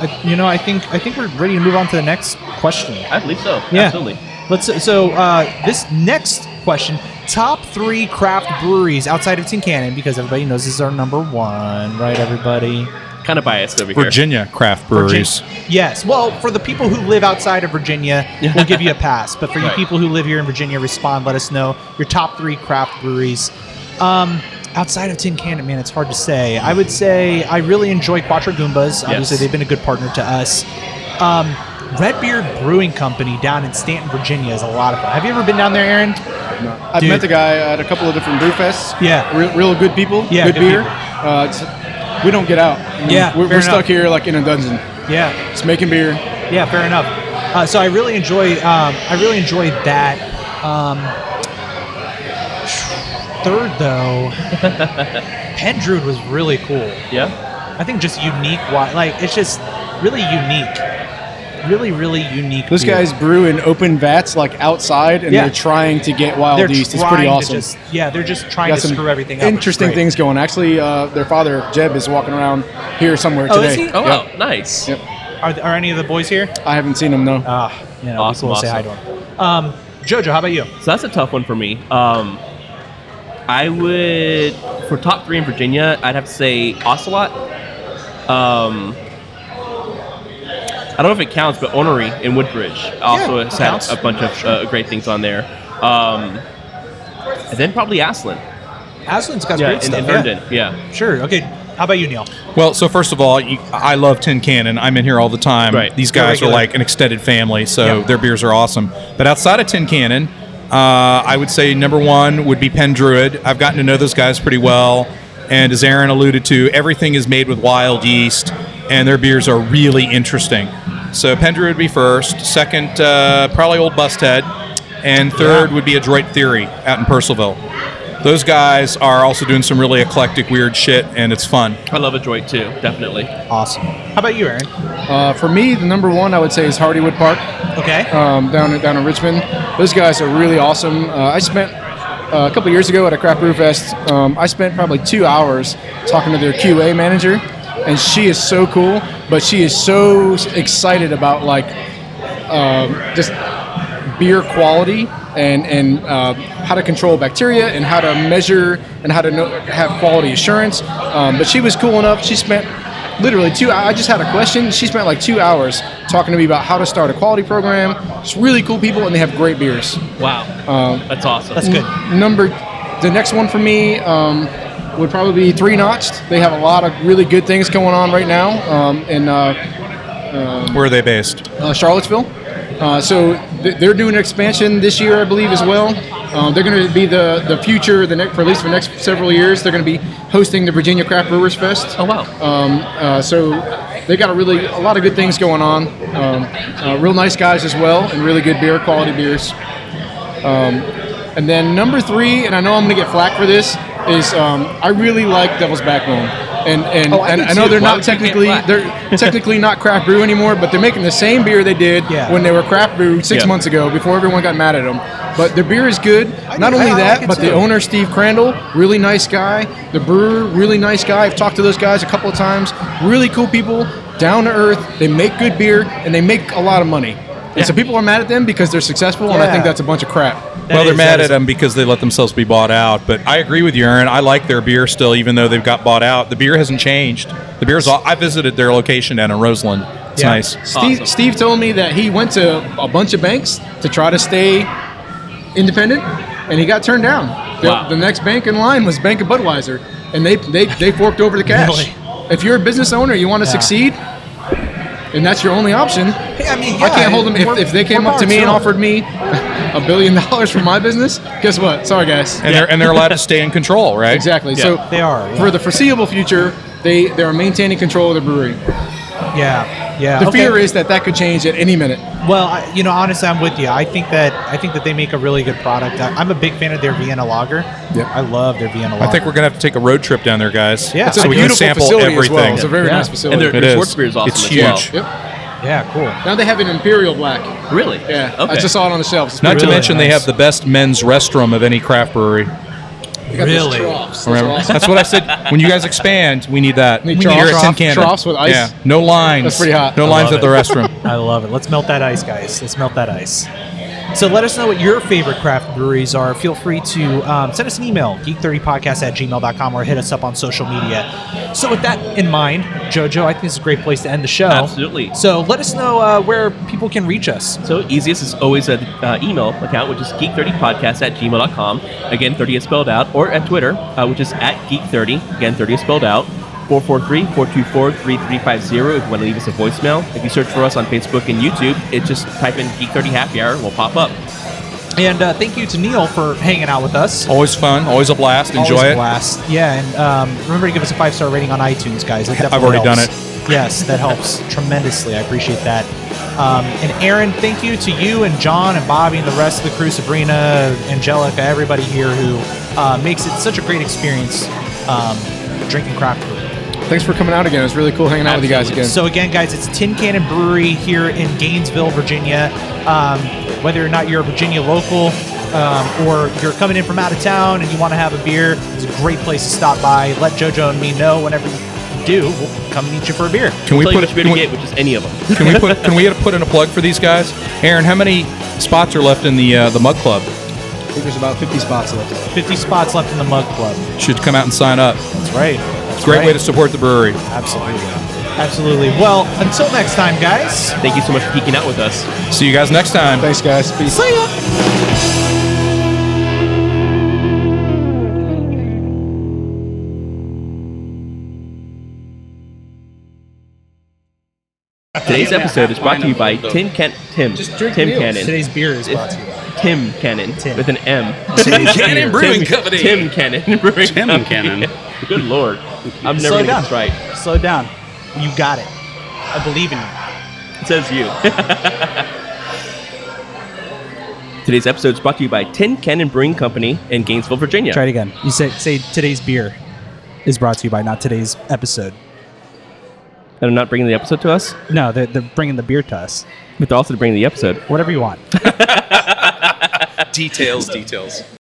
S2: I- you know, I think I think we're ready to move on to the next question.
S1: I believe so.
S2: Yeah.
S1: Absolutely.
S2: Let's. So uh, this next question: top three craft breweries outside of Tincannon, because everybody knows this is our number one, right? Everybody.
S1: Kind of biased over here.
S3: Virginia craft breweries.
S2: Yes. Well, for the people who live outside of Virginia, we'll give you a pass. But for you people who live here in Virginia, respond. Let us know your top three craft breweries. Um, outside of Tin Cannon, man, it's hard to say. I would say I really enjoy Quattro Goombas. Obviously,
S1: Yes.
S2: they've been a good partner to us. Um, Redbeard Brewing Company down in Stanton, Virginia is a lot of fun. Have you ever been down there, Aaron?
S4: I've
S2: Dude.
S4: met the guy at a couple of different brew fests.
S2: Yeah.
S4: Real, real good people.
S2: Yeah,
S4: Good,
S2: good
S4: beer.
S2: people.
S4: Uh, it's, we don't get out. I mean,
S2: Yeah,
S4: We're,
S2: fair
S4: we're stuck
S2: enough.
S4: here like in a dungeon.
S2: Yeah.
S4: Just making beer.
S2: Yeah, fair enough. Uh, so I really enjoy. Um, I really enjoyed that. Um, third though, Pendrude was really cool.
S1: Yeah.
S2: I think just unique. Why? Like it's just really unique. Really, really unique.
S4: Those
S2: beer.
S4: guys brew in open vats like outside and
S2: Yeah.
S4: they're trying to get wild
S2: They're
S4: yeast. It's
S2: trying
S4: pretty
S2: to
S4: awesome.
S2: just- yeah, they're just trying
S4: Got
S2: to
S4: some
S2: screw everything up. which is
S4: Interesting
S2: great.
S4: things going. Actually, uh, their father Jeb is walking around here somewhere
S2: Oh, is
S4: today.
S2: he?
S1: Oh,
S4: Yep.
S1: wow. Nice.
S4: Yep.
S2: Are, are any of the boys here?
S4: I haven't seen him no.
S2: Ah, you know,
S1: Awesome,
S2: we'll say hi to
S1: awesome.
S2: them. Um, Jojo, how about you?
S1: So that's a tough one for me. Um, I would for top three in Virginia, I'd have to say Ocelot. Um, I don't know if it counts, but Ornery in Woodbridge also
S2: Yeah,
S1: has
S2: it
S1: had
S2: counts.
S1: a bunch of uh, great things on there. Um, and then probably Aslan.
S2: Aslan's got
S1: Yeah,
S2: great
S1: in,
S2: stuff.
S1: in
S2: yeah.
S1: Herndon. Yeah.
S2: Sure. Okay. How about you, Neil?
S3: Well, so first of all, you, I love Tin Cannon. I'm in here all the time.
S1: Right.
S3: These guys are
S2: Regular.
S3: like an extended family, so
S2: Yeah.
S3: their beers are awesome. But outside of Tin Cannon, uh, I would say number one would be Pendruid. I've gotten to know those guys pretty well, and as Aaron alluded to, everything is made with wild yeast, and their beers are really interesting. So Pendruid would be first. Second, uh, probably Old Busthead, and third would be Adroit Theory out in Purcellville. Those guys are also doing some really eclectic, weird shit, and it's fun.
S1: I love Adroit too, definitely.
S2: Awesome. How about you, Aaron?
S4: Uh, for me, the number one I would say is Hardywood Park
S2: Okay.
S4: um, down down in Richmond. Those guys are really awesome. Uh, I spent uh, a couple years ago at a craft brew fest. Um, I spent probably two hours talking to their QA manager, and she is so cool. But she is so s- excited about like um, just beer quality and and uh, how to control bacteria and how to measure and how to know, have quality assurance. Um, but she was cool enough. She spent literally two. I I just had a question. She spent like two hours talking to me about how to start a quality program. It's really cool people, and they have great beers.
S1: Wow.
S4: Um,
S1: That's awesome.
S2: That's good.
S4: N- Number, the next one for me um, would probably be Three Notched. They have a lot of really good things going on right now, um, and uh,
S3: Where are they based?
S4: uh, Charlottesville. Uh, so th- they're doing an expansion this year, I believe, as well. Um, they're going to be the, the future, the next, for at least for the next several years. They're going to be hosting the Virginia Craft Brewers Fest.
S1: Oh wow.
S4: Um, uh, so they got a really a lot of good things going on. Um, uh, real nice guys as well, and really good beer, quality beers. Um, and then number three, and I know I'm going to get flack for this, is um, I really like Devil's Backbone. And and,
S2: Oh, I
S4: and
S2: do
S4: I know
S2: too.
S4: they're
S2: Why
S4: not
S2: would you get
S4: technically
S2: flack?
S4: they're technically not craft brew anymore, but they're making the same beer they did
S2: Yeah.
S4: when they were craft brew six
S1: Yeah.
S4: months ago before everyone got mad at them. But their beer is good. Not
S2: do-
S4: only
S2: I- I
S4: that,
S2: like it
S4: but the
S2: too.
S4: owner Steve Crandall, really nice guy. The brewer, really nice guy. I've talked to those guys a couple of times. Really cool people, down to earth. They make good beer and they make a lot of money. And so people are mad at them because they're successful, and I think
S2: Yeah.
S4: that's a bunch of crap.
S3: well, they're
S2: is-
S3: mad
S2: that
S3: at
S2: is-
S3: them because they let themselves be bought out. But I agree with you, Aaron. I like their beer still, even though they've got bought out. The beer hasn't changed. The beer's. All, I visited their location down in Roseland. It's
S2: Yeah.
S3: nice.
S4: Steve,
S1: Awesome.
S4: Steve told me that he went to a bunch of banks to try to stay independent, and he got turned down. The,
S1: Wow.
S4: the next bank in line was Bank of Budweiser, and they they, they forked over the cash.
S2: Really?
S4: If you're a business owner, you want to
S2: Yeah.
S4: succeed, and that's your only option.
S2: I mean,
S4: I
S2: yeah,
S4: can't hold them. If,
S2: we're-
S4: if they
S2: we're
S4: came up to
S2: powered
S4: me and
S2: zero.
S4: offered me a billion dollars for my business, guess what? Sorry, guys.
S3: And they're and they're allowed to stay in control, right?
S4: Exactly. So
S2: they are
S4: for the foreseeable future. They they are maintaining control of the brewery.
S2: Yeah, yeah.
S4: The
S2: Okay.
S4: fear is that that could change at any minute.
S2: Well, I, you know, honestly, I'm with you. I think that I think that they make a really good product. I, I'm a big fan of their Vienna Lager.
S4: Yeah,
S2: I love their Vienna Lager.
S3: I think we're gonna have to take a road trip down there, guys.
S2: Yeah. It's a
S3: so we can
S2: beautiful
S3: sample
S2: facility as
S3: everything.
S2: well. It's a very Yeah. nice facility.
S3: It
S2: And their- their
S3: is.
S2: Schwarzbier is awesome
S3: It's
S2: as
S3: huge.
S2: well.
S4: Yep.
S2: Yeah, cool.
S4: Now they have an imperial black.
S1: Really?
S4: Yeah. I
S3: Okay.
S4: just saw it on the shelves. It's
S3: Not to
S4: pretty
S3: mention they have the best men's restroom of any craft brewery.
S4: They got those Really? troughs. That's
S3: Remember?
S4: awesome.
S3: That's what I said. When you guys expand, we need that.
S4: Need
S3: Here
S4: troughs.
S3: it's in
S4: Troughs-
S3: Canada.
S4: troughs with ice.
S3: Yeah. No lines.
S4: That's pretty hot.
S3: No
S4: I
S3: lines at
S4: love
S3: the
S4: it.
S3: restroom.
S2: I love it. Let's melt that ice, guys. Let's melt that ice. So let us know what your favorite craft breweries are. Feel free to um, send us an email, geek30podcast at gmail.com, or hit us up on social media. So, with that in mind, JoJo, I think this is a great place to end the show.
S1: Absolutely.
S2: So, let us know uh, where people can reach us.
S1: So easiest is always an uh, email account, which is geek30podcast at gmail.com. Again, 30 is spelled out. Or at Twitter, uh, which is at geek30. Again, 30 is spelled out. 443-424-3350 if you want to leave us a voicemail. If you search for us on Facebook and YouTube, it just type in Geek30 Happy Hour and we'll pop up.
S2: And uh, thank you to Neil for hanging out with us.
S3: Always fun. Always a blast.
S2: Always
S3: Enjoy
S2: a
S3: it.
S2: blast. Yeah, and um, remember to give us a five star rating on iTunes, guys. That
S3: I've
S2: definitely
S3: already done
S2: helps. Yes, that helps tremendously. I appreciate that. Um, and Aaron, thank you to you and John and Bobby and the rest of the crew, Sabrina, Angelica, everybody here who uh, makes it such a great experience um, drinking craft beer.
S4: Thanks for coming out again. It was really cool hanging out with you guys again.
S2: So again, guys, it's Tin Cannon Brewery here in Gainesville, Virginia. Um, whether or not you're a Virginia local um, or you're coming in from out of town and you want to have a beer, it's a great place to stop by. Let JoJo and me know whenever you do. We'll come meet you for a beer.
S3: Can we
S1: Tell you
S3: put-
S1: which beer
S3: can
S1: to
S3: we-
S1: get, which is any of them.
S3: Can we put Can we put in a plug for these guys? Aaron, how many spots are left in the uh, the Mug Club?
S4: I think there's about 50 spots left.
S2: 50 spots left in the Mug Club.
S3: Should come out and sign up.
S2: That's right. That's
S3: Great
S2: right.
S3: way to support the brewery.
S2: Absolutely. Absolutely. Well, until next time, guys.
S1: Thank you so much for geeking out with us.
S3: See you guys next time.
S4: Thanks, guys. Peace.
S2: See ya.
S1: Today's episode is brought to you by Tim Can- Tim. Tim
S2: Neil's.
S1: Cannon.
S2: Today's beer is brought to you
S1: Tim Cannon with an M.
S6: Tim Cannon Brewing Company.
S1: Tim Cannon Brewing
S6: Tim
S1: Company.
S6: Cannon.
S1: Good lord. I'm never
S2: Slow
S1: going to
S2: down.
S1: get this right.
S2: Slow down. You got it. I believe in you.
S1: It says you. Today's episode is brought to you by Tin Cannon Brewing Company in Gainesville, Virginia.
S2: Try it again. You say say today's beer is brought to you by not today's episode.
S1: And I'm not bringing the episode to us,
S2: No, they're, they're bringing the beer to us.
S1: but they're also bringing the episode.
S2: Whatever you want.
S10: Details, details.